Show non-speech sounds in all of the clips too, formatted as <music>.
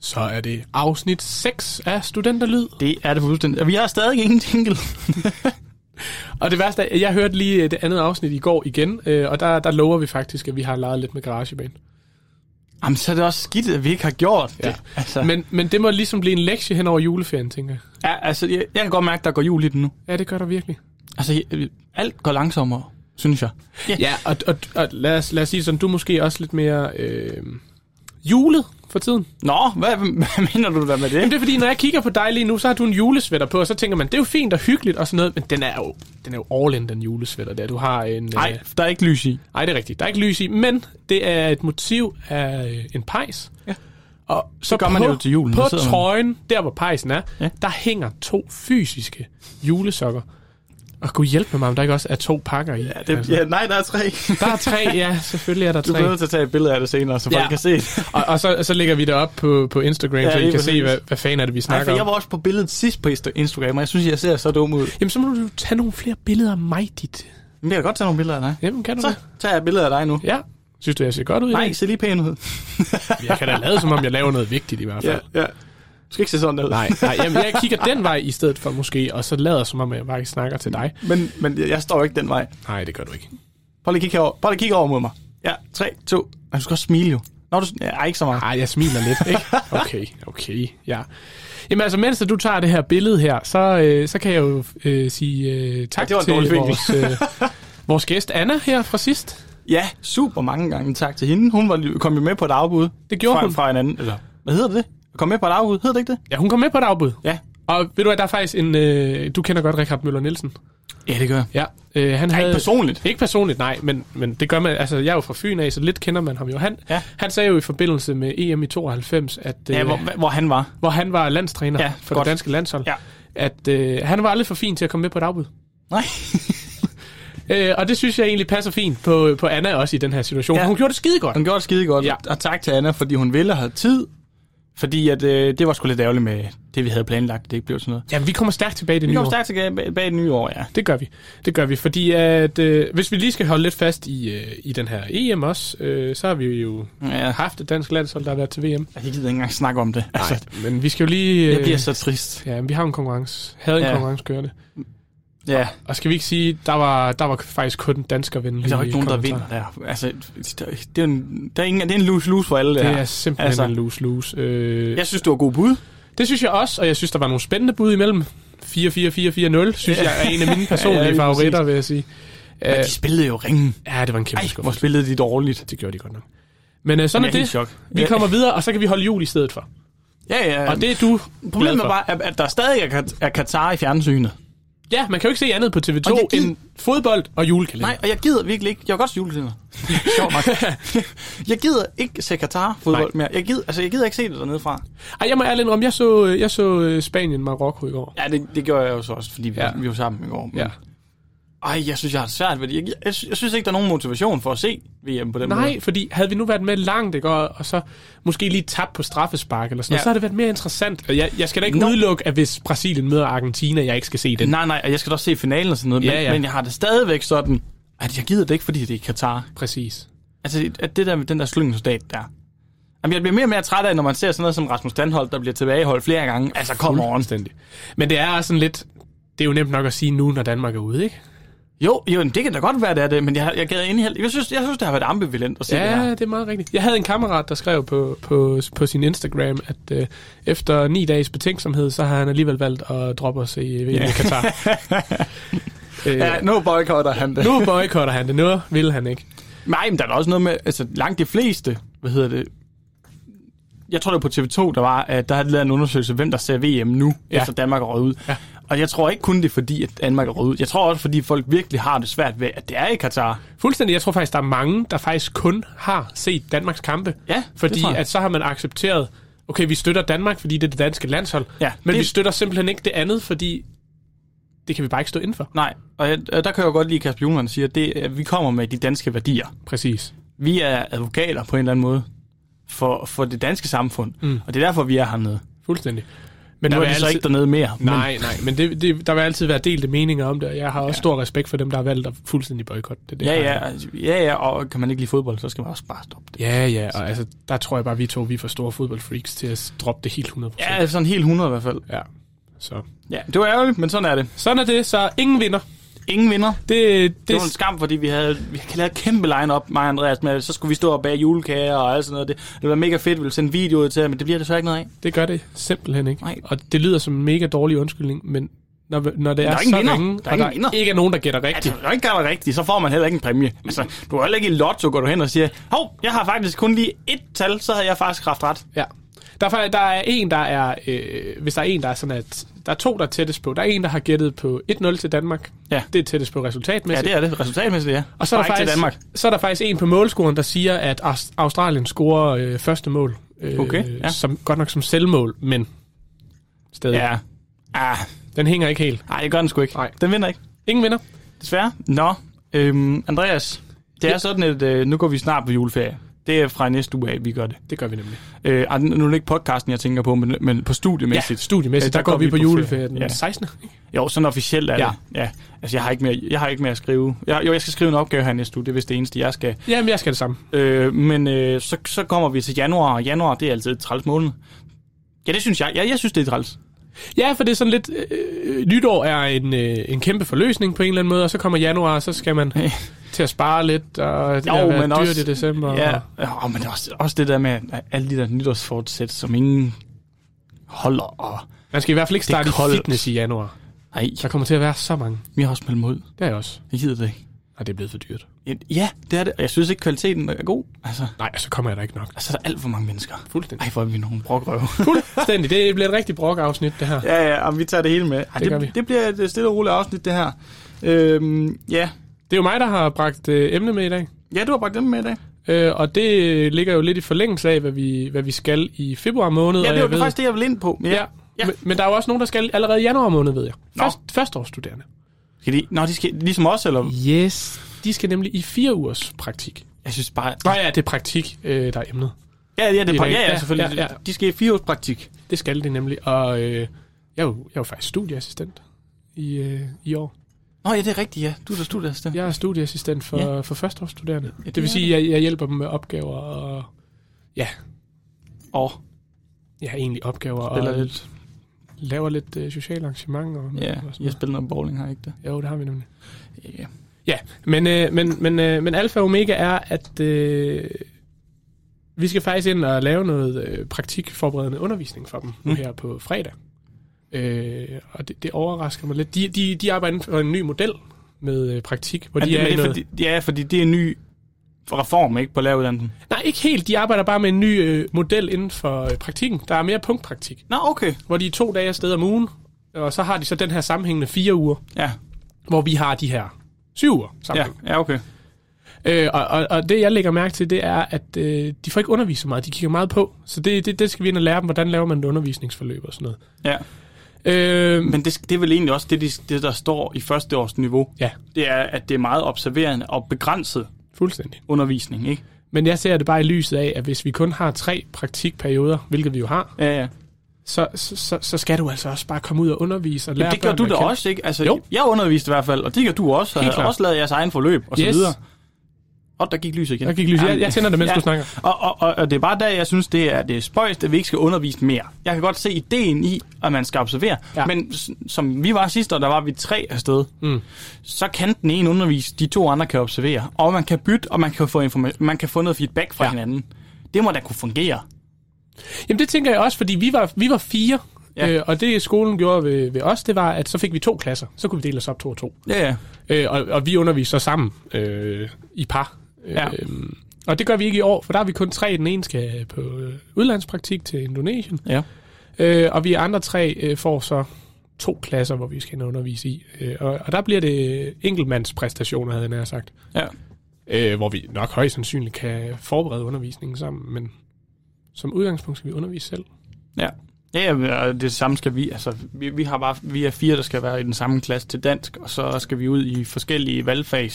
Så er det afsnit 6 af Studenterlyd. Det er det fuldstændig. Og vi har stadig ingen jingle. Og det værste er, jeg hørte lige øh, det andet afsnit i går igen, øh, og der, der lover vi faktisk, at vi har leget lidt med GarageBand. Jamen, så er det også skidt, at vi ikke har gjort det. Ja. Altså, Men, Men, men det må ligesom blive en lektie hen over juleferien, tænker jeg. ja, altså, jeg, jeg kan godt mærke, at der går jul i den nu. Ja, det gør der virkelig. Altså, jeg, alt går langsommere, synes jeg. Ja, og, og, og lad, os, lad os sige det sådan, du er måske også lidt mere øh, julet for tiden. Nå, hvad, <laughs> hvad mener du da med Jamen det? det er fordi, når jeg kigger på dig lige nu, så har du en julesvætter på, og så tænker man, det er jo fint og hyggeligt og sådan noget, men den er jo, den er jo all in, den julesvætter der. Du har en... øh, Nej, der er ikke lys i. Nej, det er rigtigt. Der er ikke lys i, men det er et motiv af øh, en pejs. Ja. Og så Det gør man på, jo til julen, På der sidder man- trøjen, der hvor pejsen er, ja. Ja. der hænger to fysiske julesokker. Og kunne hjælpe mig, om der ikke også er to pakker i. Ja, nej, der er tre. Der er tre, <laughs> ja, selvfølgelig er der Altså. Du tre. bliver nødt til at tage et billede af det senere, så folk Ja. kan se det. Og, og så, så lægger vi det op på, på Instagram, ja, Ja, så I lige kan se, præcis. hvad, hvad fanden er det, vi Nej, for snakker jeg om. var også på billedet sidst på Insta- Instagram, og jeg synes, jeg ser så dum ud. Jamen, så må du jo tage nogle flere billeder af mig, dit. Men jeg kan godt tage nogle billeder af dig. Jamen, kan du Så det? tager jeg et billede af dig nu. Ja. Synes du, jeg ser godt ud? i Nej, dag? se lige pæn ud. Jeg kan da lade, som om jeg laver noget vigtigt i hvert fald. ja. Du skal ikke se sådan ud. Nej, nej jamen, jeg kigger den vej i stedet for måske, og så lader som om, jeg bare ikke snakker til dig. <laughs> Men, men jeg- jeg står jo ikke den vej. Nej, det gør du ikke. Prøv lige at kigge over, prøv lige at kigge over mod mig. Ja, 3, 2. Ej, du skal også smile jo. Nå, du... Ja, ej, ikke så meget. Nej, jeg smiler lidt, ikke? Okay, okay, ja. Jamen altså, mens at du tager det her billede her, så, øh, så kan jeg jo øh, sige øh, tak Ja, det var en til dårlig vinkel. vores, øh, vores gæst Anna her fra sidst. Ja, super mange gange tak til hende. Hun var, kom jo med på et afbud. Det gjorde fra, hun. Fra en anden, eller hvad hedder det? Kom med på et afbud, hedder det ikke det? Ja, hun kom med på et afbud. Ja. Og ved du hvad, der er faktisk en... Øh, du kender godt Richard Møller Nielsen. Ja, det gør jeg. Ja, øh, han havde... Ikke personligt. Ikke personligt, nej, men, men det gør man, altså jeg er jo fra Fyn af, så lidt kender man ham jo. Han, Ja. han sagde jo i forbindelse med EM i 92, at... Øh, Ja, hvor, hvor han var. hvor han var landstræner ja, Ja, for godt. det danske landshold, ja. Ja. at øh, han var aldrig for fin til at komme med på et afbud. Nej. Øh, og det synes jeg egentlig passer fint på, på Anna også i den her situation. Ja. Ja. Hun gjorde det skide godt. Hun gjorde det skide godt. Ja. Ja. Og tak til Anna, fordi hun ville have tid. Fordi at, øh, det var sgu lidt ærgerligt med det, vi havde planlagt. Det ikke blev til noget. Ja, vi kommer stærkt tilbage i det Vi nye kommer år. stærkt tilbage bag, bag det nye år, ja. Det gør vi. Det gør vi, fordi at, øh, hvis vi lige skal holde lidt fast i, øh, i den her EM også, øh, så har vi jo ja. haft et dansk landshold, der har været til VM. Jeg gider ikke engang snakke om det. Altså, Nej, men vi skal jo lige... øh, jeg bliver så trist. Ja, men vi har en konkurrence. Havde en Ja. konkurrence kørende. Ja. Og skal vi ikke sige, der var, der var faktisk kun dansker venlige Altså, Der er jo ikke nogen, der kommentarer. vinder der. Altså, der, det er, en, der er ingen, det er en lose-lose for alle det, Det her. er simpelthen altså, Altså. en lose-lose. Øh, Jeg synes, det var god bud. Det synes jeg også, og jeg synes, der var nogle spændende bud imellem. 4-4-4-4-0, synes jeg er en af mine personlige <laughs> Ja, ja, lige favoritter, vil jeg sige. Øh, Men de spillede jo ringen. ja, det var en Ej, kæmpe hvor skuffelse. spillede de dårligt. Det gjorde de godt nok. Men øh, sådan Jeg er er helt i det. chok. Vi Ja. kommer videre, og så kan vi holde jul i stedet for. Ja, ja. Og det er du glad Problemet for. er bare, at- at der stadig er Kat- er Katar i fjernsynet. Ja, man kan jo ikke se andet på Og TV2 jeg gid- end fodbold og julekalender. Nej, og jeg gider virkelig ikke. Jeg vil godt se <laughs> julekalender. Sjovt nok. jeg gider ikke se Katar fodbold mere. Jeg gider, altså, jeg gider ikke se det dernede fra. Ej, jeg må ærligt om, jeg så, jeg så øh, Spanien Marokko i går. Ja, det, det gjorde jeg jo så også, fordi vi, Ja. ja. vi var sammen i går. Men, Ja. Ej, jeg synes, jeg har det svært ved det. Jeg, gi- jeg, sy- jeg, synes ikke, der er nogen motivation for at se VM på den måde. Nej, fordi havde vi nu været med langt, ikke, og, og så måske lige tabt på straffespark eller sådan ja. Ja. så har det været mere interessant. Jeg, jeg skal da ikke no. Nå. udelukke, at hvis Brasilien møder Argentina, jeg ikke skal se den. Nej, nej, og jeg skal da også se finalen og sådan noget, Ja, ja, men, ja. ja. men jeg har det stadigvæk sådan, at jeg gider det ikke, fordi det er Katar. Præcis. Altså, at det der med den der slyngelsestat der. Jamen, jeg bliver mere og mere træt af, når man ser sådan noget som Rasmus Danholdt, der bliver tilbageholdt flere gange. Altså, kom on. Fuldstændig. Men det er også sådan lidt... Det er jo nemt nok at sige nu, når Danmark er ude, ikke? Jo, jo, men det kan da godt være, det er det, men jeg, jeg gad egentlig helt... Jeg synes, jeg synes, det har været ambivalent at se det Ja, her. det er meget rigtigt. Jeg havde en kammerat, der skrev på, på, på sin Instagram, at øh, efter ni dages betænksomhed, så har han alligevel valgt at droppe os i VM i <laughs> Katar. øh, Ja, nu boykotter han det. nu boykotter han det. Nu vil han ikke. Nej, men der er da også noget med, altså langt de fleste, hvad hedder det, jeg tror det var på TV2, der var, at der havde lavet en undersøgelse, hvem der ser VM nu, Ja. ja. efter Danmark er røget ud. Ja. Og jeg tror ikke kun det er fordi, at Danmark er røget ud. Jeg tror også, fordi folk virkelig har det svært ved, at det er i Katar. Fuldstændig. Jeg tror faktisk, der er mange, der faktisk kun har set Danmarks kampe. Ja, det Fordi tror jeg. at så har man accepteret, okay, vi støtter Danmark, fordi det er det danske landshold. Ja, men det- vi støtter simpelthen ikke det andet, fordi det kan vi bare ikke stå inden for. Nej, og jeg, og der kan jeg jo godt lide, at Kasper Julemand siger, at, det, at vi kommer med de danske værdier. Præcis. Vi er advokater på en eller anden måde for, for det danske samfund, mm. og det er derfor, vi er hernede. Fuldstændig. Men der nu er nu er det altså altid- ikke dernede mere. Nej, nej, men det, det, der vil altid være delte meninger om det, og jeg har også ja. Ja. stor respekt for dem, der har valgt at fuldstændig boykotte det. det Ja, har jeg. ja, altså, ja, ja, og kan man ikke lide fodbold, så skal man også bare stoppe det. Ja, ja, og altså, der tror jeg bare, vi to vi er for store fodboldfreaks til at droppe det helt 100%. Ja, sådan helt 100 i hvert fald. ja. Så. Ja, det var ærgerligt, men sådan er det. Sådan er det, så ingen vinder. Ingen vinder. Det, Det, det, det var en skam, fordi vi havde, vi havde lavet et kæmpe line-up, mig og Andreas, med, så skulle vi stå og bage julekager og alt sådan noget. Det, det var mega fedt, vi ville sende video ud til jer, men det bliver desværre ikke noget af. det gør det simpelthen ikke. Nej. Og det lyder som en mega dårlig undskyldning, men når, når det er, er så ingen vinder. ringe, Der er og ingen der vinder. ikke er nogen, der gætter Altså, rigtigt, når du ikke gør det rigtigt, så får man heller ikke en præmie. Altså, du er heller ikke i lotto, går du hen og siger, hov, jeg har faktisk kun lige et tal, så havde jeg faktisk haft ret. Ja. Der er, fa- der er en, der er... Øh, hvis der er en, der er sådan, at... Der er to, der er tættest på. Der er en, der har gættet på 1-0 til Danmark. Ja. Det er tættest på resultatmæssigt. Ja, det er det. Resultatmæssigt, ja. Og så er, der Bare ikke faktisk, til Danmark. så er der faktisk en på målscoren, der siger, at Aus- Australien scorer øh, første mål. Øh, Okay, ja. som, godt nok som selvmål, men stadig. Ja. Ah, Den hænger ikke helt. nej, det gør den sgu ikke. Nej. Den vinder ikke. Ingen vinder. Desværre. Nå, øhm, Andreas, det er sådan, at øh, nu går vi snart på juleferie. Det er fra næste uge af, vi gør det. Det gør vi nemlig. Øh, ej, nu er det ikke podcasten, jeg tænker på, men, men på Ja, studiemæssigt. Øh, studiemæssigt. Der, der går vi på, ferie. juleferie den Ja. 16. Jo, sådan officielt er Ja. ja. det. Ja. Altså, jeg har ikke mere, jeg har ikke mere at skrive. Jeg, jo, jeg skal skrive en opgave her næste uge, det er vist det eneste, jeg skal. Jamen, jeg skal det samme. Øh, men øh, så, så kommer vi til januar, og januar, det er altid et træls måned. Ja, det synes jeg. Ja, jeg synes, det er træls. Ja, for det er sådan lidt... Øh, nytår er en, øh, en kæmpe forløsning på en eller anden måde, og så kommer januar, og så skal man til at spare lidt, og det Jo, jo, har været men dyrt også- i december. Ja, og- oh, men også, også det der med at alle de der nytårsfortsæt, som ingen holder. Og, Man skal i hvert fald ikke Det er starte i koldt. fitness i januar. nej, Der kommer til at være så mange. vi har også meldt mod. Det er jeg også. Det gider det ikke. Nej, det er blevet for dyrt. Ja, det er det. Og jeg synes ikke, kvaliteten er god. Altså, Nej, så kommer jeg da ikke nok. altså der er alt for mange mennesker. Fuldstændig. Ej, hvor er vi nogle brokrøve. Fuldstændig. Det bliver et rigtig brok-afsnit, det her. <laughs> ja, ja, og vi tager det hele med. Ej, det, gør vi. det bliver et øh, stille og roligt afsnit, det her. Øhm, ja. Det er jo mig, der har bragt øh, emne med i dag. ja, du har bragt dem med i dag. Øh, og det øh, ligger jo lidt i forlængelse af, hvad vi, hvad vi skal i februar måned. Ja, og det var jeg det ved, faktisk det, jeg ville ind på. Men Ja. ja. Men, men der er jo også nogen, der skal allerede i januar måned, ved jeg. Først, førsteårsstuderende. Skal de, nå, de skal, ligesom os, eller? Yes. De skal nemlig i fire ugers praktik. Jeg synes bare... Nej, ja, det er praktik, øh, der er emnet. Ja, ja, det I er, dag. ja, Ja, ja, selvfølgelig. ja, Ja, ja. ja. De skal i fire års praktik. Det skal det nemlig. Og øh, jeg, er jo, jeg er jo faktisk studieassistent i, øh, i år. Nå, ja, det er rigtigt, ja. Du er der studieassistent. Jeg er studieassistent for, ja. Ja. for førsteårsstuderende. Ja, det, det vil er sige, at jeg, jeg hjælper dem med opgaver og... Ja, Og jeg har egentlig opgaver spiller og lidt. laver lidt øh, sociale arrangementer. Og, Ja, og sådan jeg noget. spiller noget bowling, har jeg ikke det? Jo, det har vi nemlig. Ja. Ja, men, øh, men, men, øh, men alfa og omega er, at øh, vi skal faktisk ind og lave noget øh, praktikforberedende undervisning for dem nu Mm. her på fredag. Øh, og det, det overrasker mig lidt. De, de, de arbejder inden for en ny model med øh, praktik, hvor Men de det, er, i men det er noget... fordi, ja, fordi det er en ny reform, ikke, på læreruddannelsen. Nej, ikke helt. De arbejder bare med en ny øh, model inden for øh, praktikken. Der er mere punktpraktik, Nå, okay. hvor de er to dage afsted om ugen, og så har de så den her sammenhængende fire uger, Ja, hvor vi har de her syv uger ja, sammenhængende. ja okay. Øh, og, og, og det, jeg lægger mærke til, det er, at øh, de får ikke undervist så meget. De kigger meget på. Så det, det, det skal vi ind og lære dem, hvordan laver man et undervisningsforløb og sådan noget. Ja. Øh, Men det, det er vel egentlig også det, de- det, der står i første års niveau. ja, Det er, at det er meget observerende og begrænset fuldstændig. undervisning, ikke? Men jeg ser det bare i lyset af, at hvis vi kun har tre praktikperioder, hvilket vi jo har, Ja, ja. så, så, så, så skal du altså også bare komme ud og undervise og lære Jamen, det gjorde børnene du da at kende. også, ikke? Altså, Jo. jo. Jeg underviste i hvert fald, og det gjorde du også. Og Helt havde klart. også lavet jeres egen forløb, og så Yes. videre. Og der gik lys igen. Der gik lys. Jeg, jeg tænder det, mens ja. Ja. du snakker. Og, og, og, og det er bare der, jeg synes, det er, det er spøjst, at vi ikke skal undervise mere. Jeg kan godt se ideen i, at man skal observere. Ja. Ja. Men s- som vi var sidste år, der var vi tre afsted. Mm. Så kan den ene undervise, de to andre kan observere. Og man kan bytte, og man kan få, informa- man kan få noget feedback fra Ja. ja. hinanden. Det må da kunne fungere. Jamen det tænker jeg også, fordi vi var, vi var fire, ja. Ja. øh, og det skolen gjorde ved, ved os, det var, at så fik vi to klasser. Så kunne vi dele os op to og to. Ja, ja. Øh, og, og vi underviser så sammen øh, i par. Ja. Øh, og det gør vi ikke i år, for der er vi kun tre. Den ene skal på øh, udlandspraktik til Indonesien, ja. øh, og vi andre tre øh, får så to klasser, hvor vi skal ind og undervise i. Øh, og, og der bliver det enkeltmandspræstationer, havde jeg nær sagt. ja. Øh, hvor vi nok højst sandsynligt kan forberede undervisningen sammen, men som udgangspunkt skal vi undervise selv. Ja. Ja, ja, og det samme skal vi. Altså, vi, vi, har bare, vi er fire, der skal være i den samme klasse til dansk, og så skal vi ud i forskellige valgfag.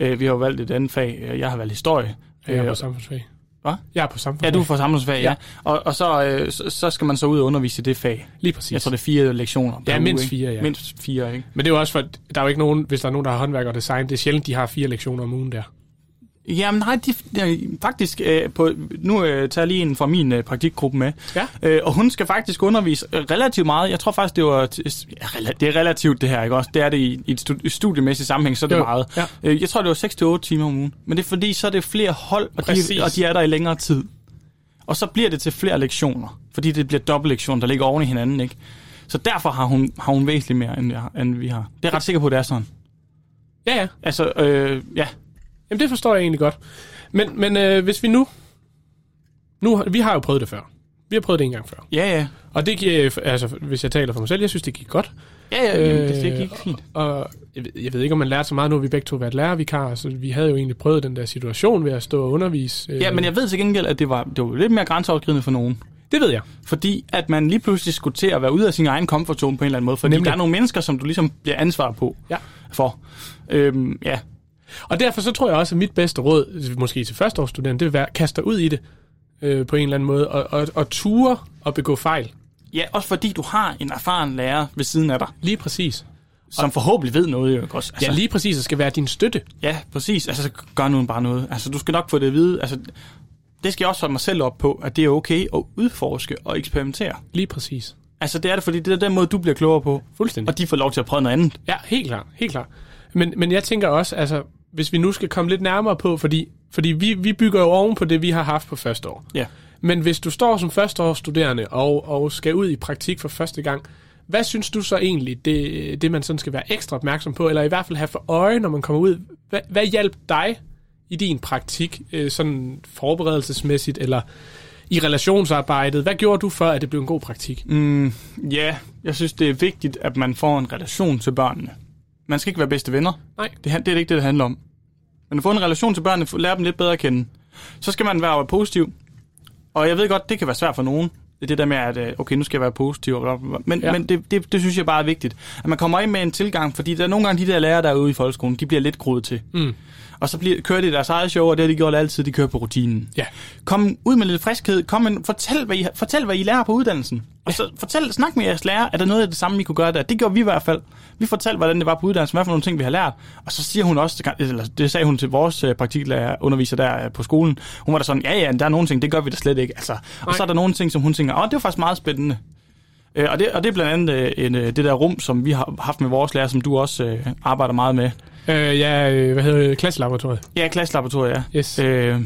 Øh, vi har jo valgt et andet fag. Øh, Jeg har valgt historie. Øh, Øh, på samfundsfag. Hvad? Jeg er på samfund. Ja, du får samfundsfag, ja. Ja. ja. Og, og så, øh, så, så skal man så ud og undervise i det fag. Lige præcis. Jeg tror, det er fire lektioner. per Ja, mindst ikke? fire, ja. Mindst fire, ikke? Men det er jo også for, der er jo ikke nogen, hvis der er nogen, der har håndværk og design, det er sjældent, de har fire lektioner om ugen der. Jamen nej, de, de, faktisk, øh, på, nu øh, tager jeg lige en fra min øh, praktikgruppe med. Ja. Øh, og hun skal faktisk undervise øh, relativt meget. Jeg tror faktisk, det var... t- ja, rela- Det er relativt det her, ikke også? Det er det i, i et stud- studiemæssigt sammenhæng, så er det Jo, meget. ja. Øh, jeg tror, det var 6-8 timer om ugen. Men det er fordi, så er det flere hold, og Præcis. de, og de er der i længere tid. Og så bliver det til flere lektioner, fordi det bliver dobbeltlektioner, der ligger oven i hinanden, ikke? Så derfor har hun, har hun væsentligt mere, end, jeg, har- end vi har. Det er jeg ret sikker på, det er sådan. Ja, ja. Altså, øh, ja, Jamen, det forstår jeg egentlig godt. Men, men øh, hvis vi nu... nu... har- Vi har jo prøvet det før. Vi har prøvet det en gang før. ja, ja. Og det giver... Altså, hvis jeg taler for mig selv, jeg synes, det gik godt. Ja, ja, øh, jamen, det det gik fint. Og jeg ved, jeg ved ikke, om man lærte så meget. Nu har vi begge to været lærervikarer, så vi havde jo egentlig prøvet den der situation ved at stå og undervise. øh, Ja, men jeg ved til gengæld, at det var, det var lidt mere grænseoverskridende for nogen. Det ved jeg. Fordi at man lige pludselig skulle til at være ude af sin egen komfortzone på en eller anden måde. Fordi Nemlig. Nemlig. der er nogle mennesker, som du ligesom bliver ansvar på Ja. for. Øhm, ja. Og derfor så tror jeg også, at mit bedste råd, måske til førsteårsstuderende, det vil være, kaste dig ud i det øh, på en eller anden måde, og, og, og ture og begå fejl. ja, også fordi du har en erfaren lærer ved siden af dig, Lige præcis. som forhåbentlig ved noget jo ikke også. Ja, Altså, lige præcis, og skal være din støtte. ja, præcis. Altså, så gør nu bare noget. Altså, du skal nok få det at vide. Altså, det skal jeg også holde mig selv op på, at det er okay at udforske og eksperimentere. Lige præcis. Altså, det er det, fordi det er den måde, du bliver klogere på. Fuldstændig. Og de får lov til at prøve noget andet. Ja, helt klart, helt klart. Men, men jeg tænker også, altså, hvis vi nu skal komme lidt nærmere på, fordi, fordi vi, vi bygger jo oven på det, vi har haft på første år. Ja. Men hvis du står som førsteårsstuderende og, og skal ud i praktik for første gang, hvad synes du så egentlig, det, det man sådan skal være ekstra opmærksom på, eller i hvert fald have for øje, når man kommer ud? Hvad, hvad hjalp dig i din praktik, øh, sådan forberedelsesmæssigt, eller i relationsarbejdet? Hvad gjorde du for, at det blev en god praktik? Mm. Ja, jeg synes, det er vigtigt, at man får en relation til børnene. Man skal ikke være bedste venner. Nej. Det, han- det er det ikke det, det handler om. Men at få en relation til børnene, få- lære dem lidt bedre at kende. Så skal man være positiv. Og jeg ved godt, det kan være svært for nogen. Det der med, at øh, okay, nu skal jeg være positiv. og bla, bla, bla. Men, Ja. ja. men det, det, det synes jeg bare er vigtigt. At man kommer ind med en tilgang, fordi der er nogle gange de der lærere, der er ude i folkeskolen, de bliver lidt groet til. Mm. Og så bliver, kører de deres eget show, og det har de gjort altid, de kører på rutinen. Ja, Kom ud med lidt friskhed. Kom med, fortæl, hvad I, fortæl, hvad I lærer på uddannelsen. Og så fortæl, snak med jeres lærer. Er der noget af det samme, I kunne gøre der? Det gjorde vi i hvert fald. Vi fortalte, hvordan det var på uddannelsen, hvad for nogle ting, vi har lært. Og så siger hun også, eller det sagde hun til vores øh, praktiklærer, underviser der øh, på skolen. Hun var der sådan, ja ja, der er nogle ting, det gør vi da slet ikke. Altså, og Nej. så er der nogle ting, som hun tænker, åh, det var faktisk meget spændende. Øh, og, det, og det er blandt andet øh, en, øh, det der rum, som vi har haft med vores lærer, som du også øh, arbejder meget med. øh, ja øh, hvad hedder det? Klasselaboratoriet. Ja, klasselaboratoriet, ja. Yes. Øh,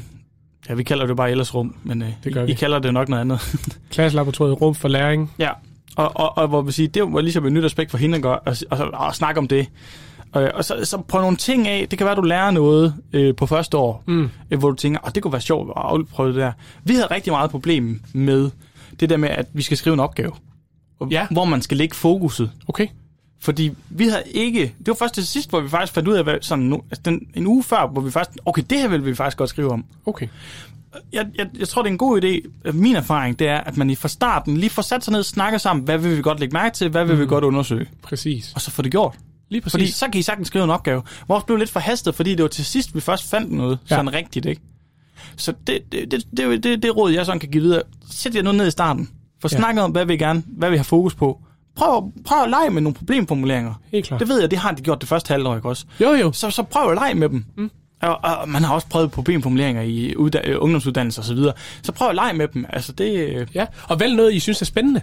ja, vi kalder det bare ellesrum, men øh, Det gør I, vi. I kalder det nok noget andet. <laughs> Klasselaboratoriet, rum for læring. ja, og, og, og hvor vi siger, det var ligesom et nyt aspekt for hende at gøre, og, og, og, og snakke om det. Øh, og så, så prøv nogle ting af. Det kan være, du lærer noget øh, på første år, Mm. øh, hvor du tænker, oh, det kunne være sjovt at afprøve det der. Vi havde rigtig meget problem med det der med, at vi skal skrive en opgave, og- Ja. hvor man skal lægge fokuset. Okay. Fordi vi havde ikke... Det var først til sidst, hvor vi faktisk fandt ud af, hvad, sådan, nu- altså den, en uge før, hvor vi faktisk... Okay, det her vil vi faktisk godt skrive om Okay. jeg, jeg, jeg tror, det er en god idé. Min erfaring, det er, at man i fra starten lige får sat sig ned og snakker sammen, hvad vil vi godt lægge mærke til, hvad vil mm. vi godt undersøge, Præcis. og så får det gjort. Lige præcis. Fordi så kan I sagtens skrive en opgave. Vores blev lidt forhastet, fordi det var til sidst, vi først fandt noget Ja. ja. sådan rigtigt, ikke? Så det, det, det, det, det, det, det råd, jeg sådan kan give videre, sæt jer nu ned i starten. Få Ja. ja. snakket om, hvad vi gerne, hvad vi har fokus på. Prøv, prøv at lege med nogle problemformuleringer. Helt klart. Det ved jeg, det har de gjort det første halvår, ikke også? Jo, jo. Mm. så, så prøv at lege med dem. Mm. Og, og man har også prøvet problemformuleringer i udda- øh, ungdomsuddannelser osv. Så, så prøv at lege med dem. Altså det... øh, Ja, og vælg noget, I synes er spændende.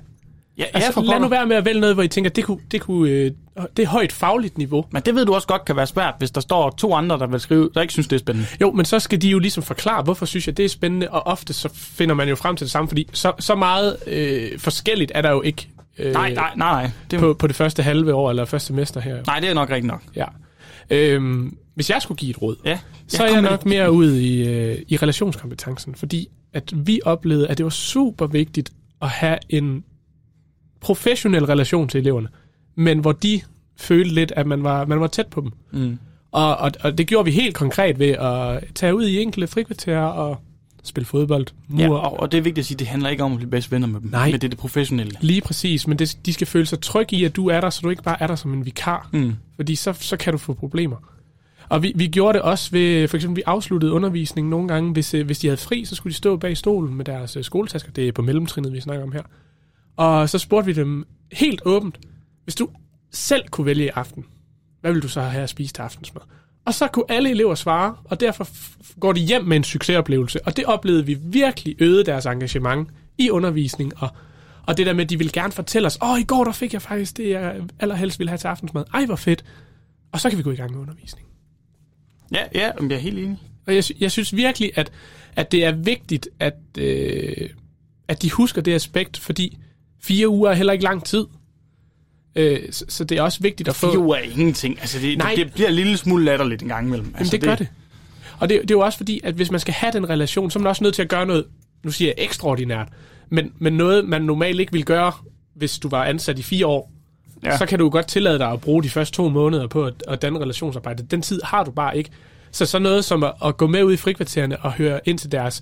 Ja, Altså, for lad nu pokker. være med at vælge noget, hvor I tænker, det, kunne, det, kunne, øh, det er højt fagligt niveau. Men det ved du også godt kan være svært, hvis der står to andre, der vil skrive, der ikke synes, det er spændende. Jo, men så skal de jo ligesom forklare, hvorfor synes jeg, det er spændende, og ofte så finder man jo frem til det samme, fordi så, så meget øh, forskelligt er der jo ikke øh, Nej, nej, nej, nej. Det, På, på det første halve år eller første semester her. nej, det er nok rigtigt nok. Ja. Øhm, hvis jeg skulle give et råd, Ja. så er kom jeg med nok det. mere ude i, øh, i relationskompetencen, fordi at vi oplevede, at det var super vigtigt at have en professionel relation til eleverne, men hvor de følte lidt, at man var, man var tæt på dem. Mm. Og, og, og det gjorde vi helt konkret ved at tage ud i enkelte frikvarterer og spille fodbold, mur. Ja, og, og, det er vigtigt at sige, det handler ikke om at blive bedst venner med dem. Nej. Men det er det professionelle. Lige præcis, men det, de skal føle sig trygge i, at du er der, så du ikke bare er der som en vikar. Mm. Fordi så, så kan du få problemer. Og vi, vi gjorde det også ved, for eksempel vi afsluttede undervisningen nogle gange, hvis, øh, hvis de havde fri, så skulle de stå bag stolen med deres øh, skoletasker, det er på mellemtrinnet, vi snakker om her. Og så spurgte vi dem helt åbent, hvis du selv kunne vælge i aften, hvad vil du så have at spise til aftensmad? Og så kunne alle elever svare, og derfor f- går de hjem med en succesoplevelse. Og det oplevede vi virkelig øgede deres engagement i undervisning. Og, og det der med, at de ville gerne fortælle os, åh, i går der fik jeg faktisk det, jeg allerhelst ville have til aftensmad. Ej, hvor fedt. Og så kan vi gå i gang med undervisning. Ja, ja, men jeg er helt enig. Og jeg, sy- jeg synes virkelig, at, at det er vigtigt, at, øh, at de husker det aspekt, fordi fire uger er heller ikke lang tid. Øh, så, så det er også vigtigt at få... Jo er ingenting. Altså, det, Nej. det, det bliver en lille smule latterligt en gang imellem. Jamen, Altså, det gør det. Og det, det er jo også fordi, at hvis man skal have den relation, så er man også nødt til at gøre noget, nu siger jeg ekstraordinært, men, men noget, man normalt ikke ville gøre, hvis du var ansat i fire år, ja. Ja. så kan du jo godt tillade dig at bruge de første to måneder på at, at danne relationsarbejde. Den tid har du bare ikke. Så sådan noget som at, at gå med ud i frikvartererne og høre ind til deres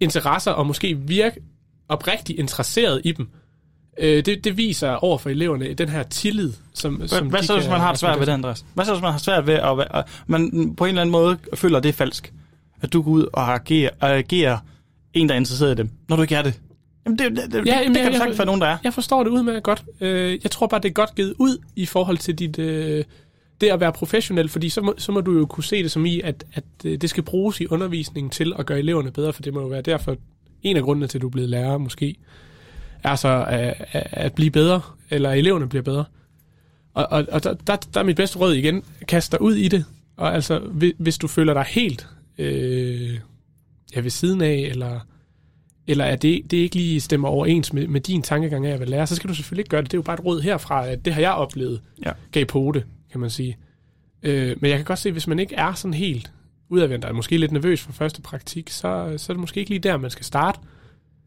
interesser, og måske virke oprigtigt interesseret i dem, øh, det, det viser over for eleverne den her tillid, som, som Hvad, hvad de så, hvis kan- man har det svært ved det, Andreas? Hvad så, hvis man har svært ved at... være- at man på en eller anden måde føler, at det er falsk? At du går ud og agerer, og agerer en, der er interesseret i dem, når du ikke er det? Jamen, det, det, det, det, jamen, jeg- det kan der jeg- sagtens være nogen, der er. Jeg forstår det udmærket godt. Øh, jeg tror bare, det er godt givet ud i forhold til dit, øh, det at være professionel, fordi så må, så må du jo kunne se det som i, at, at øh, det skal bruges i undervisningen til at gøre eleverne bedre, for det må jo være derfor en af grundene til, at du er blevet lærer måske, er så øh, at, at- at blive bedre, eller eleverne bliver bedre. Og, og, og der, der, der er mit bedste råd igen, kast dig ud i det. Og altså, hvis, hvis du føler dig helt øh, ja, ved siden af, eller eller at det, det ikke lige stemmer overens med, med din tankegang af at være lærer, så skal du selvfølgelig ikke gøre det. Det er jo bare et råd herfra, at det har jeg oplevet. Ja. Gav på det, kan man sige. Øh, men jeg kan godt se, hvis man ikke er sådan helt udadvendt, og er måske lidt nervøs for første praktik, så, så er det måske ikke lige der, man skal starte.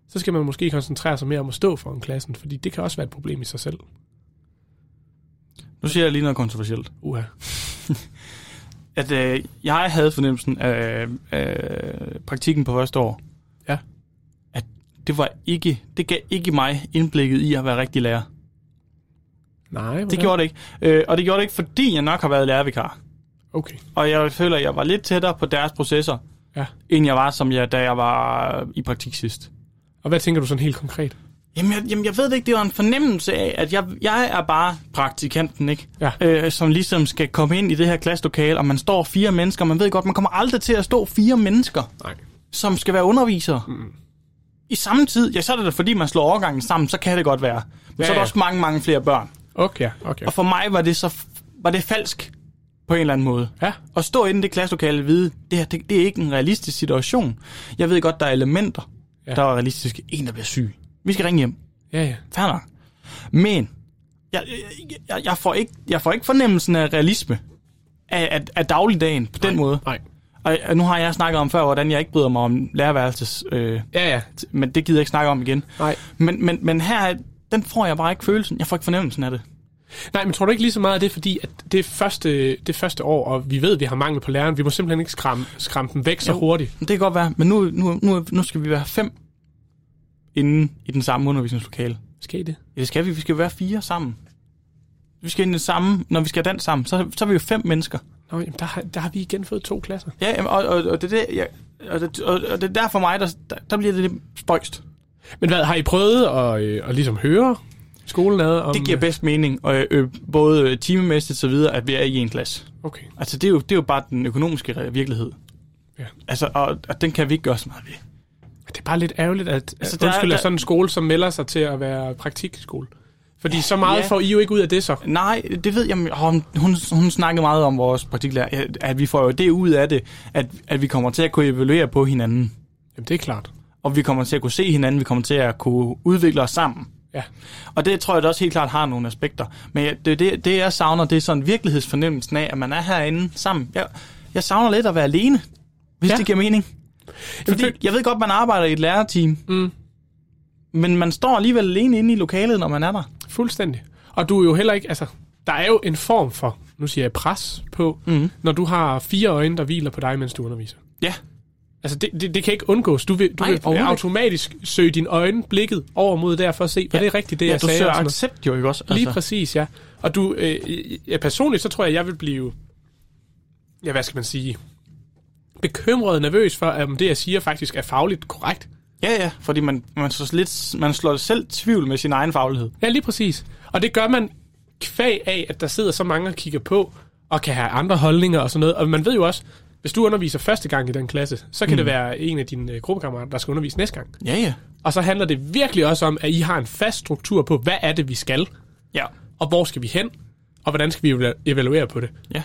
Så skal man måske koncentrere sig mere om at stå foran klassen, fordi det kan også være et problem i sig selv. Nu siger jeg lige noget kontroversielt. Uha. At øh, jeg havde fornemmelsen af øh, praktikken på første år. Ja. At det var ikke... Det gav ikke mig indblikket i at være rigtig lærer. Nej, hvordan? Det gjorde det ikke. Øh, og det gjorde det ikke, fordi jeg nok har været lærervikar. Okay. Og jeg føler, at jeg var lidt tættere på deres processer, Ja. end jeg var, som jeg, da jeg var øh, i praktik sidst. Og hvad tænker du sådan helt konkret? Jamen jeg, jamen, jeg ved det ikke. Det var en fornemmelse af, at jeg, jeg er bare praktikanten, ikke? Ja. Øh, som ligesom skal komme ind i det her klasselokale, og man står fire mennesker, og man ved godt, man kommer aldrig til at stå fire mennesker, Nej. som skal være undervisere. Mm. I samme tid, ja, så er det da, fordi man slår overgangen sammen, så kan det godt være. Men ja, Ja, så er der ja. også mange, mange flere børn. Okay, ja, okay. Og for mig var det så f- var det falsk på en eller anden måde. Ja, At stå inde i det klasselokale og vide, det her, det, det er ikke en realistisk situation. Jeg ved godt, der er elementer, Ja. ja. der er realistiske. En, der bliver syg. Vi skal ringe hjem. ja, ja. Fair nok. Men jeg, jeg- jeg, jeg, får ikke, jeg får ikke fornemmelsen af realisme af, af, af dagligdagen på den måde. Nej. Og og nu har jeg snakket om før, hvordan jeg ikke bryder mig om lærerværelses... Øh, Ja, ja. t- men det gider jeg ikke snakke om igen. Nej. Men, men, men her, er- den får jeg bare ikke følelsen. Jeg får ikke fornemmelsen af det. Nej, men tror du ikke lige så meget af det, er fordi at det, er første, det er første år, og vi ved, at vi har mangel på læreren, vi må simpelthen ikke skræmme, skræmme dem væk så Jo. hurtigt. Det kan godt være. Men nu, nu, nu, nu skal vi være fem inde i den samme undervisningslokale. Skal I det? Ja, det skal vi. Vi skal være fire sammen. Vi skal ind i det samme. Når vi skal danse sammen, så, så er vi jo fem mennesker. Nå, jamen, der, har, der har vi igen fået to klasser. Ja, jamen, og, og, og, det, er det, jeg, og, det, og, og det er der for mig, der, der, der bliver det lidt spøjst. Men hvad, har I prøvet at, øh, at ligesom høre skolen ad om... Det giver bedst mening, og, øh, både øh, timemæssigt og så videre, at vi er i en klasse. Okay. Altså, det er jo, det er jo bare den økonomiske re- virkelighed. Ja. Altså, og, og den kan vi ikke gøre så meget ved. Det er bare lidt ærgerligt, at altså, Altså, der, der er- undskyld, der, der- sådan en skole, som melder sig til at være praktikskole. Fordi så meget ja. får I jo ikke ud af det så. Nej, det ved jeg. men- åh, Hun, hun, hun snakkede meget om vores praktiklærer, at- at vi får jo det ud af det, at, at vi kommer til at kunne evaluere på hinanden. Jamen, det er klart. Og vi kommer til at kunne se hinanden, vi kommer til at kunne udvikle os sammen. Ja. Og det tror jeg da også helt klart har nogle aspekter. Men jeg- det, det, det jeg savner, det er sådan virkelighedsfornemmelsen af, at man er herinde sammen. Jeg, jeg savner lidt at være alene, hvis Ja. ja. det giver mening. Fordi det- jeg ved godt, man arbejder i et lærerteam. Mm. Men man står alligevel alene inde i lokalet, når man er der. Fuldstændig. Og du er jo heller ikke, altså, der er jo en form for, nu siger jeg pres på, mm. Mhm. når du har fire øjne, der hviler på dig, mens du underviser. Ja. Altså, det, det, det kan ikke undgås. Du vil, du Nej, Nej, vil overhovedet automatisk søge dine øjne, blikket over mod der, for at se, var ja. det rigtigt, det ja jeg du sagde? søger altså. og sådan noget. accept jo ikke også? Lige præcis, ja. Og du, øh, ja, personligt, så tror jeg, jeg vil blive ja, hvad skal man sige, bekymret og nervøs for, om det, jeg siger, faktisk er fagligt korrekt. Ja, ja, fordi man, man, så lidt, man slår selv tvivl med sin egen faglighed. Ja, lige præcis. Og det gør man kvæg af, at der sidder så mange og kigger på, og kan have andre holdninger og sådan noget. Og man ved jo også, hvis du underviser første gang i den klasse, så kan mm. det være en af dine øh, gruppekammerater, der skal undervise næste gang. Ja, ja. Og så handler det virkelig også om, at I har en fast struktur på, hvad er det, vi skal, Ja. og hvor skal vi hen, og hvordan skal vi evalu- evaluere på det. Ja.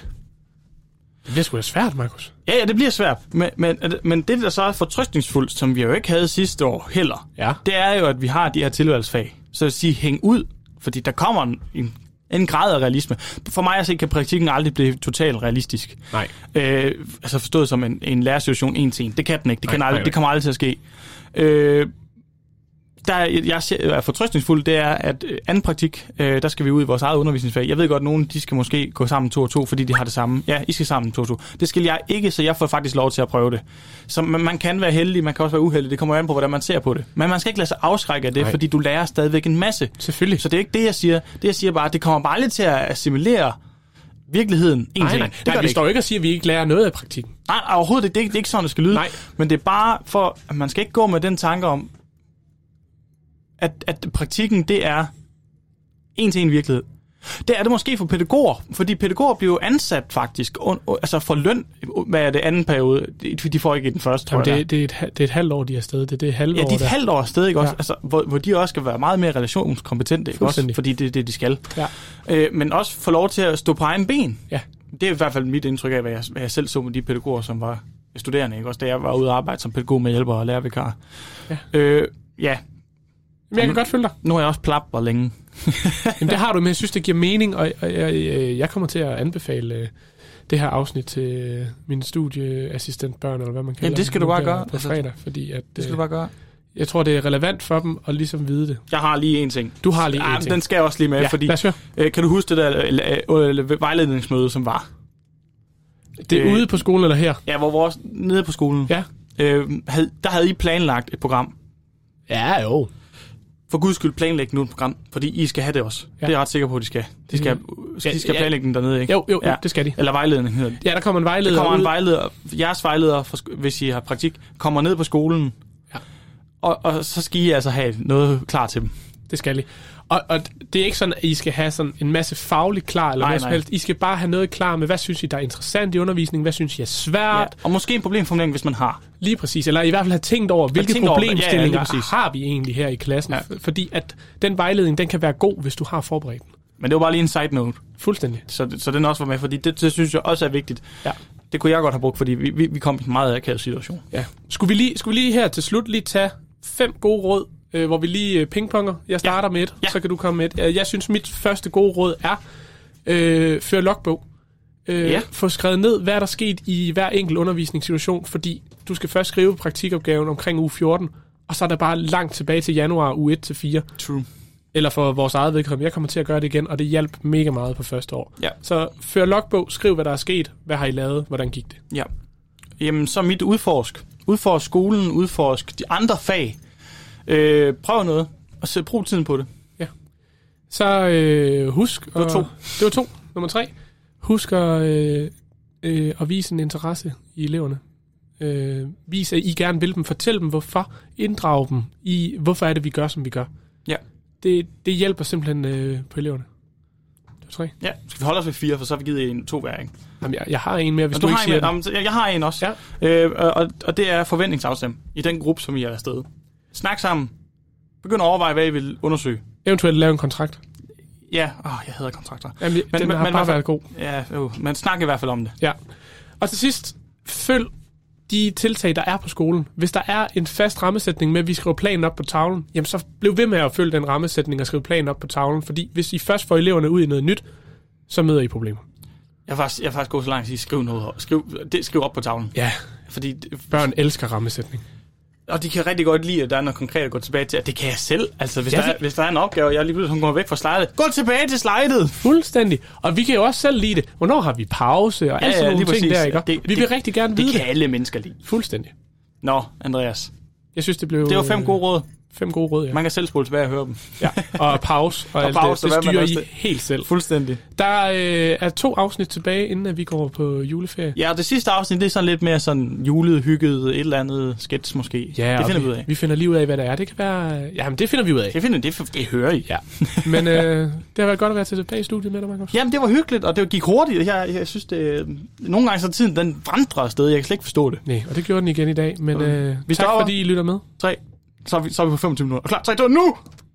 Det bliver sgu da svært, Markus. Ja, ja, det bliver svært. Men, men, men det, der så er fortrystningsfuldt, som vi jo ikke havde sidste år heller, Ja. det er jo, at vi har de her tilvalgsfag. Så jeg vil sige, hæng ud, fordi der kommer en, en, en grad af realisme. For mig at se, kan praktikken aldrig blive totalt realistisk. Nej. Øh, altså forstået som en, en lærersituation en til en. Det kan den ikke. Det, Nej, kan nej, aldrig, nej. det kommer aldrig til at ske. Øh, der er- jeg ser- er fortrøstningsfuld, det er, at øh, anden praktik, øh, der skal vi ud i vores eget undervisningsfag. Jeg ved godt, at nogen de skal måske gå sammen to og to, fordi de har det samme. Ja, I skal sammen to og to. Det skal jeg ikke, så jeg får faktisk lov til at prøve det. Så man, man kan være heldig, man kan også være uheldig. Det kommer jo an på, hvordan man ser på det. Men man skal ikke lade sig afskrække af det, Nej. Nej. fordi du lærer stadigvæk en masse. Selvfølgelig. Så det er ikke det, jeg siger. Det, jeg siger bare, at det kommer bare lidt til at assimilere virkeligheden. En nej, til en. nej, Det nej, gør nej, det vi ikke. står ikke og siger, at vi ikke lærer noget af praktikken. Nej, nej, overhovedet ikke. Det er ikke, det er ikke sådan, det skal lyde. Nej. Men det er bare for, at man skal ikke gå med den tanke om, at, at praktikken, det er en til en virkelighed. Det er det måske for pædagoger, fordi pædagoger bliver jo ansat faktisk, un, un, altså for løn, hvad er det, anden periode, de, de får ikke i den første, tror Jamen, jeg. det er. det, det, er et, ha- det er et halvt år, de er afsted. Det er det halve Ja, år, de er et der. halvt år afsted, ikke også? Ja. Ja. Altså, hvor, hvor de også skal være meget mere relationskompetente, ikke også? Fuldstændig. Fordi det er det, de skal. Ja. Øh, men også få lov til at stå på egen ben. Ja. Det er i hvert fald mit indtryk af, hvad jeg, hvad jeg selv så med de pædagoger, som var studerende, ikke? Også da jeg var ude at arbejde som pædagog med hjælpere og lærervikar. Ja. Øh, ja, Men jeg kan godt følge dig. nu har jeg også plapper længe. Jamen, det har du, men jeg synes, det giver mening, og, og jeg, jeg, jeg kommer til at anbefale øh, det her afsnit til øh, mine studieassistentbørn, eller hvad man kalder Jamen, det skal dem, du bare nu der gøre. På Altså, fredag, fordi at, Det skal du bare... bare gøre. jeg tror, det er relevant for dem at ligesom vide det. Jeg har lige en ting. Du har lige Ah, en ting. Den skal jeg også lige med, ja, fordi... lad os høre. Øh, kan du huske det der øh, øh, øh, vejledningsmøde, som var? Det er Øh, ude på skolen eller her? Ja, hvor vores nede på skolen, Ja. øh, havde, der havde I planlagt et program. Ja, jo. For guds skyld planlæg nu et program, fordi I skal have det også. Ja. Ja. Det er jeg ret sikker på, at de skal. De skal, Ja, ja, de skal ja. planlægge den dernede, ikke? Jo, jo, jo ja. Ja. det skal de. Eller vejledning hedder det. Ja, der kommer en vejleder Der kommer en ud. vejleder, jeres vejleder, for, sk- hvis I har praktik, kommer ned på skolen, Ja. og, og så skal I altså have noget klar til dem. Det skal de. Og, og det er ikke sådan, at I skal have sådan en masse fagligt klar, eller Nej, hvad som nej. helst. I skal bare have noget klar med, hvad synes I, der er interessant i undervisningen, hvad synes I er svært, Og måske en problemformulering, hvis man har. Lige præcis, eller i hvert fald have tænkt over, hvilke tænkt tænkt over, ja, ja, lige problemstillinger over, ja, præcis. har vi egentlig her i klassen. Ja. Ja. Fordi at den vejledning, den kan være god, hvis du har forberedt den. Men det var bare lige en side note, Fuldstændig. så, så den også var med, fordi det, det synes jeg også er vigtigt. Ja. Det kunne jeg godt have brugt, fordi vi, vi, vi kom i en meget akavet situation. Ja. Skulle, vi lige, skulle vi lige her til slut lige tage fem gode råd, øh, hvor vi lige øh, pingponger. Jeg starter ja. med et, ja. Ja. så kan du komme med et. Øh, Jeg synes, mit første gode råd er, øh, før logbog. Øh, ja. Ja. Få skrevet ned, hvad der er sket i hver enkelt undervisningssituation, fordi du skal først skrive praktikopgaven omkring uge 14, og så er der bare langt tilbage til januar uge 1 til 4. True. eller for vores eget vedkommende. Jeg kommer til at gøre det igen, og det hjalp mega meget på første år. Ja. Så før logbog, skriv hvad der er sket, hvad har I lavet, hvordan gik det? Ja. Jamen, så mit udforsk. Udforsk skolen, udforsk de andre fag. Øh, prøv noget, og så brug tiden på det. Så øh, husk... Det var to. Det var to. Nummer tre. Husk at, øh, øh, at vise en interesse i eleverne. Øh, vis, at I gerne vil dem. Fortæl dem, hvorfor. Inddrag dem i, hvorfor er det, vi gør, som vi gør. Ja. Det, det hjælper simpelthen øh, på eleverne. Det var tre. Ja, skal vi holde os ved fire, for så har vi givet en to hver, ikke? Jamen, jeg, jeg har en mere, hvis Hvis du, du, du har ikke siger en, den. jamen, jeg, jeg har en også. Ja. Øh, og, og det er forventningsafstem i den gruppe, som I er afsted. Snak sammen. Begynd at overveje, hvad I vil undersøge. Eventuelt lave en kontrakt. Ja, åh, jeg hader kontrakter. Jamen, men, den men- har men bare hvorfor- været god. Ja, jo, men snak i hvert fald om det. Ja. Og til sidst, følg de tiltag, der er på skolen. Hvis der er en fast rammesætning med, at vi skriver planen op på tavlen, jamen så bliv ved med at følge den rammesætning og skrive planen op på tavlen, fordi hvis I først får eleverne ud i noget nyt, så møder I problemer. Jeg er faktisk, jeg er faktisk gået så langt, at I skriv noget. op. Skriv, det, skriv op på tavlen. Ja, Fordi, det- børn elsker rammesætning. og de kan rigtig godt lide, at der er noget konkret at gå tilbage til. Og det kan jeg selv. Altså, hvis, Ja, ja, der, det- er, hvis der er en opgave, og jeg lige pludselig kommer væk fra slidet. Gå tilbage til slidet! Fuldstændig. Og vi kan jo også selv lide det. Hvornår har vi pause og Ja, alle ja, sådan nogle lige ting præcis. der, ikke? Det- vi vil det- rigtig gerne Det vide kan det. alle mennesker lide. Fuldstændig. Nå, Andreas. Jeg synes, det blev... Det var fem øh, gode råd. Fem gode råd, ja. Man kan selv spole tilbage og høre dem. ja. Og pause og, og alt pause, det. og Det hvad man styrer også I det- helt selv. Fuldstændig. Der øh, er to afsnit tilbage, inden at vi går på juleferie. Ja, og det sidste afsnit, det er sådan lidt mere sådan julet, hygget, et eller andet sketch måske. og det finder vi ud af. Vi finder lige ud af, hvad det er. Det kan være... Jamen, det finder vi ud af. Det finder det, det hører I. <laughs> Ja. Men øh, det har været godt at være tilbage i studiet med dig, Markus. Jamen, det var hyggeligt, og det gik hurtigt. Jeg, jeg synes, det, øh, nogle gange så tiden, den vandrer afsted. Jeg kan slet ikke forstå det. Nej, og det gjorde den igen i dag. Men øh, Vi tak, stopper. fordi I lytter med. Tre. Så er vi, så er vi på 25 minutter. Klar, tre, to, nu!